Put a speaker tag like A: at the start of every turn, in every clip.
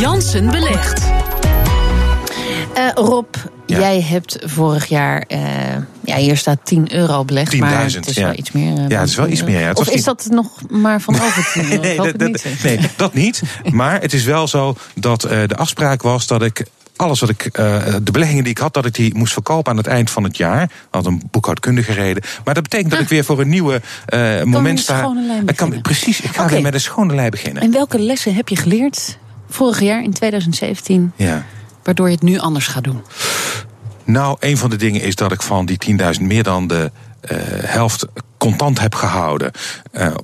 A: Jansen belegt.
B: Eh, Rob,
C: Ja.
B: jij hebt vorig jaar. eh, ja, hier staat 10 euro belegd. maar
C: 10.000,
B: het is
C: ja.
B: wel iets meer. eh,
C: Ja, het is wel
B: dan
C: iets
B: 10 euro.
C: meer, ja. Het
B: of
C: was
B: is dat nog maar van over 10 euro? Ik hoop
C: dat,
B: het
C: dat-
B: niet, hè.
C: nee, dat niet. Maar het is wel zo dat eh, de afspraak was dat ik alles wat ik, eh, de beleggingen die ik had, dat ik die moest verkopen aan het eind van het jaar. Had een boekhoudkundige reden. Maar dat betekent dat
B: Ah.
C: ik weer voor een nieuwe eh, moment
B: een
C: sta.
B: schone lijn
C: Ik kan,
B: beginnen.
C: precies, ik ga
B: Oké.
C: weer met een schone lei beginnen.
B: En welke lessen heb je geleerd vorig jaar in 2017,
C: Ja.
B: waardoor je het nu anders gaat doen?
C: Nou, een van de dingen is dat ik van die 10.000 meer dan de eh, helft contant heb gehouden. eh,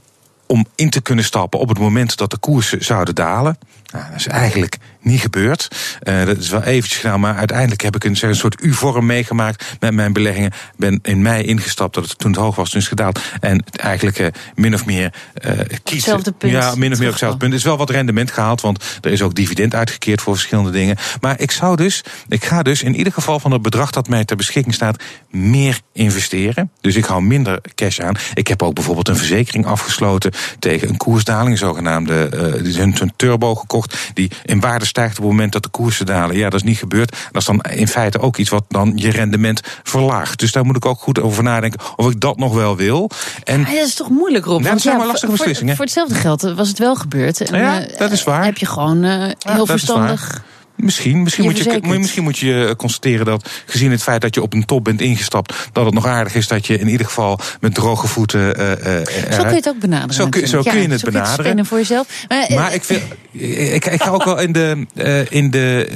C: om in te kunnen stappen op het moment dat de koersen zouden dalen. Nou, dat is eigenlijk niet gebeurd. Eh, dat is wel eventjes gedaan, maar uiteindelijk heb ik een, zeg, een soort U-vorm meegemaakt met mijn beleggingen. Ben in mei ingestapt dat het toen het hoog was, toen is het gedaald. En het eigenlijk eh, min of meer eh kiezen.
B: hetzelfde punt
C: Ja, min of meer op
B: terugkwam.
C: hetzelfde punt. Er is wel wat rendement gehaald, want er is ook dividend uitgekeerd voor verschillende dingen. Maar ik zou dus, ik ga dus in ieder geval van het bedrag dat mij ter beschikking staat, meer investeren. Dus ik hou minder cash aan. Ik heb ook bijvoorbeeld een verzekering afgesloten tegen een koersdaling, een zogenaamde, eh die is een een turbo gekocht, die in waarde stijgt op het moment dat de koersen dalen. Ja, dat is niet gebeurd. Dat is dan in feite ook iets wat dan je rendement verlaagt. Dus daar moet ik ook goed over nadenken of ik dat nog wel wil. En
B: Maar Ah, dat is toch moeilijk, Rob?
C: Hm. Ja,
B: Want
C: dat zijn maar
B: voor-
C: lastige
B: voor-
C: beslissingen.
B: Voor, hetzelfde geld eh, was het wel gebeurd. En,
C: Ja,
B: eh,
C: dat is waar.
B: Heb je gewoon eh, heel
C: dat is
B: verstandig.
C: Misschien. Misschien,
B: Je
C: moet je,
B: verzekert.
C: moet je- misschien moet je eh, constateren dat, gezien het feit dat je op een top bent ingestapt, dat het nog aardig is dat je in ieder geval met droge voeten. eh, eh,
B: Zo kun
C: eruit-
B: je het ook benaderen.
C: Zo kun, zo
B: natuurlijk.
C: kun je
B: Ja,
C: het
B: zo kun je
C: benaderen.
B: spinnen voor jezelf. eh,
C: Maar ik, vind, ik, ik ga ook wel in de, eh, in, de,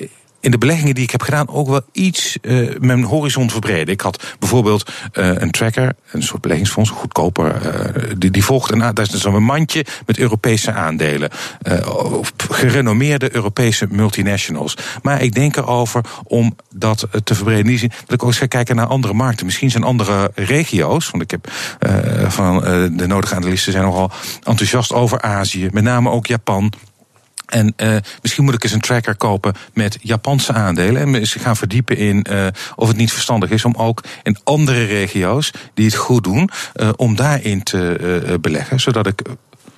C: eh, in de beleggingen die ik heb gedaan ook wel iets eh, mijn horizon verbreden. Ik had bijvoorbeeld eh, een tracker, een soort beleggingsfonds, goedkoper, eh, die, die volgt. En daar is dus zo'n mandje met Europese aandelen. Eh, of gerenommeerde Europese multinationals. Maar ik denk erover om dat eh, te verbreden. In die zin dat ik ook eens ga kijken naar andere markten. Misschien zijn andere regio's, want ik heb eh, van eh, de nodige analisten zijn nogal enthousiast over Azië, met name ook Japan. En eh, misschien moet ik eens een tracker kopen met Japanse aandelen. En me eens gaan verdiepen in eh, of het niet verstandig is om ook in andere regio's die het goed doen, eh, om daarin te eh, eh, beleggen. Zodat ik eh,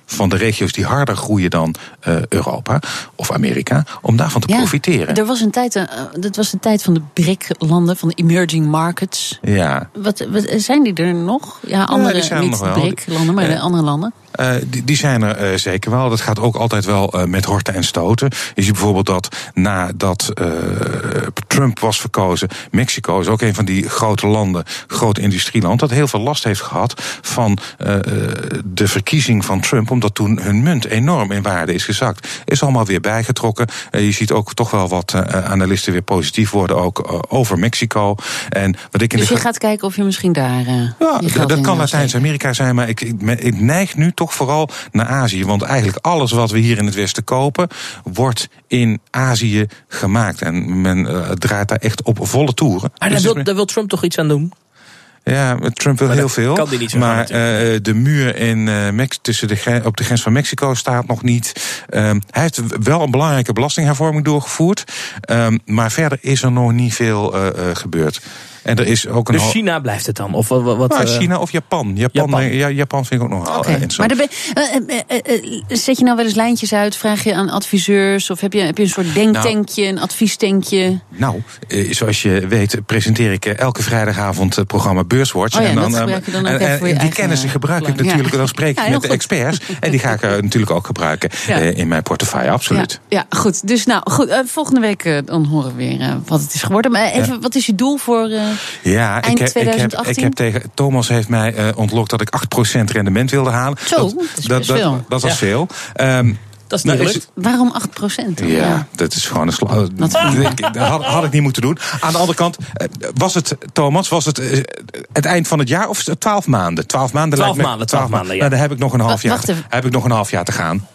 C: van de regio's die harder groeien dan eh, Europa of Amerika, om daarvan te
B: Ja,
C: profiteren.
B: Er was een tijd, eh, dat was de tijd van de BRIC-landen, van de emerging markets.
C: Ja.
B: Wat, wat, zijn die er nog? Ja,
C: die
B: andere,
C: zijn er
B: niet
C: nog wel.
B: BRIC-landen, maar
C: Ja.
B: de andere landen.
C: Eh, die, die zijn er eh, zeker wel. Dat gaat ook altijd wel eh, met horten en stoten. Je ziet bijvoorbeeld dat nadat eh, Trump was verkozen, Mexico is ook een van die grote landen, groot industrieland, dat heel veel last heeft gehad van eh, eh, de verkiezing van Trump, omdat toen hun munt enorm in waarde is gezakt. Is allemaal weer bijgetrokken. Eh, je ziet ook toch wel wat eh, analisten weer positief worden ook, eh, over Mexico. En wat ik in
B: Dus
C: de
B: je gaat kijken of je misschien daar. eh,
C: ja,
B: je
C: d-
B: geld
C: dat
B: in wil
C: kan Latijns-Amerika zijn, maar ik, ik, me- ik neig nu toch vooral naar Azië. Want eigenlijk alles wat we hier in het Westen kopen, wordt in Azië gemaakt. En men eh, draait daar echt op volle toeren. Dus
D: Maar daar
C: dat
D: wil,
C: is-
D: daar wil Trump toch iets aan doen?
C: ja, Trump wil
D: Maar
C: heel
D: dat
C: veel.
D: kan die niet zo gaan,
C: maar eh, de muur in, eh, Mex tussen de gre- op de grens van Mexico staat nog niet. Ehm, hij heeft wel een belangrijke belastinghervorming doorgevoerd. Ehm, maar verder is er nog niet veel eh, eh, gebeurd. En er is ook een.
D: Dus
C: ho-
D: China blijft het dan? Of wat? wat, wat,
C: Nou,
D: eh,
C: China of Japan. Japan,
D: Japan.
C: eh, Ja, Japan vind ik ook nog wel
B: Oké,
C: eh, interessant.
B: maar dan ben- eh, eh, eh, eh, zet je nou wel eens lijntjes uit? Vraag je aan adviseurs? Of heb je, heb je een soort denktankje, een adviestankje?
C: Nou, eh, zoals je weet presenteer ik eh, elke vrijdagavond het programma Beurswatch.
B: Oh ja, dat
C: eh,
B: gebruik je dan ook
C: en-
B: even
C: en
B: voor je
C: die
B: eigen,
C: kennis
B: eh,
C: gebruik ik
B: belang. Ja.
C: natuurlijk, dan spreek ik
B: Ja, heel
C: met de
B: goed.
C: experts. En die ga ik eh, natuurlijk ook gebruiken
B: Ja.
C: eh, in mijn portefeuille, absoluut.
B: Ja, ja, goed. Dus nou, goed, eh, volgende week eh, dan horen we weer eh, wat het is geworden. Maar even, wat is je doel voor... eh,
C: Ja,
B: Eind
C: ik heb, ik, heb, ik
B: 2018?
C: heb tegen Thomas heeft mij eh, ontlokt dat ik 8% rendement wilde halen.
B: Zo, dat is
C: dat,
B: best veel.
C: dat was
D: Ja.
C: veel. Ehm,
D: Dat is niet
C: nou,
D: gelukt.
B: waarom 8 procent?
C: Ja, dat is gewoon een slag.
B: Wat voor-
C: Dat had, had ik niet moeten doen. Aan de andere kant, eh, was het, Thomas, was het eh, het eind van het jaar of twaalf maanden? Twaalf maanden
D: Twaalf
C: lijkt me-
D: maanden, twaalf maanden, ja.
C: Nou, daar heb ik nog een half
B: Wa-
C: jaar,
B: wacht even.
C: heb ik nog een half jaar te gaan.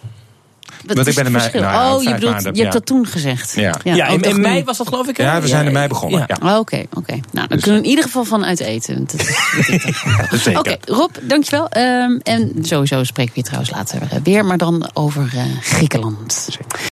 B: Wat
C: Want
B: is
C: ik ben
B: het
C: in mei-
B: verschil?
C: nou ja,
B: oh, je
C: vijf
B: bedoelt,
C: maanden,
B: je hebt
C: ja.
B: dat toen gezegd.
C: Ja.
D: Ja,
B: oh,
D: in,
B: ik dacht
D: in mei
B: nu.
D: was dat geloof ik. hè?
C: Ja, we zijn in mei begonnen. Ja.
D: ja.
B: Oh, Oké, oké.
C: Dus-
B: Nou, dan kunnen we in ieder geval van uit eten. Dat is-
C: Zeker.
B: Oké, Rob, dankjewel. Ehm en sowieso spreken we je trouwens later eh, weer, maar dan over eh, Griekenland.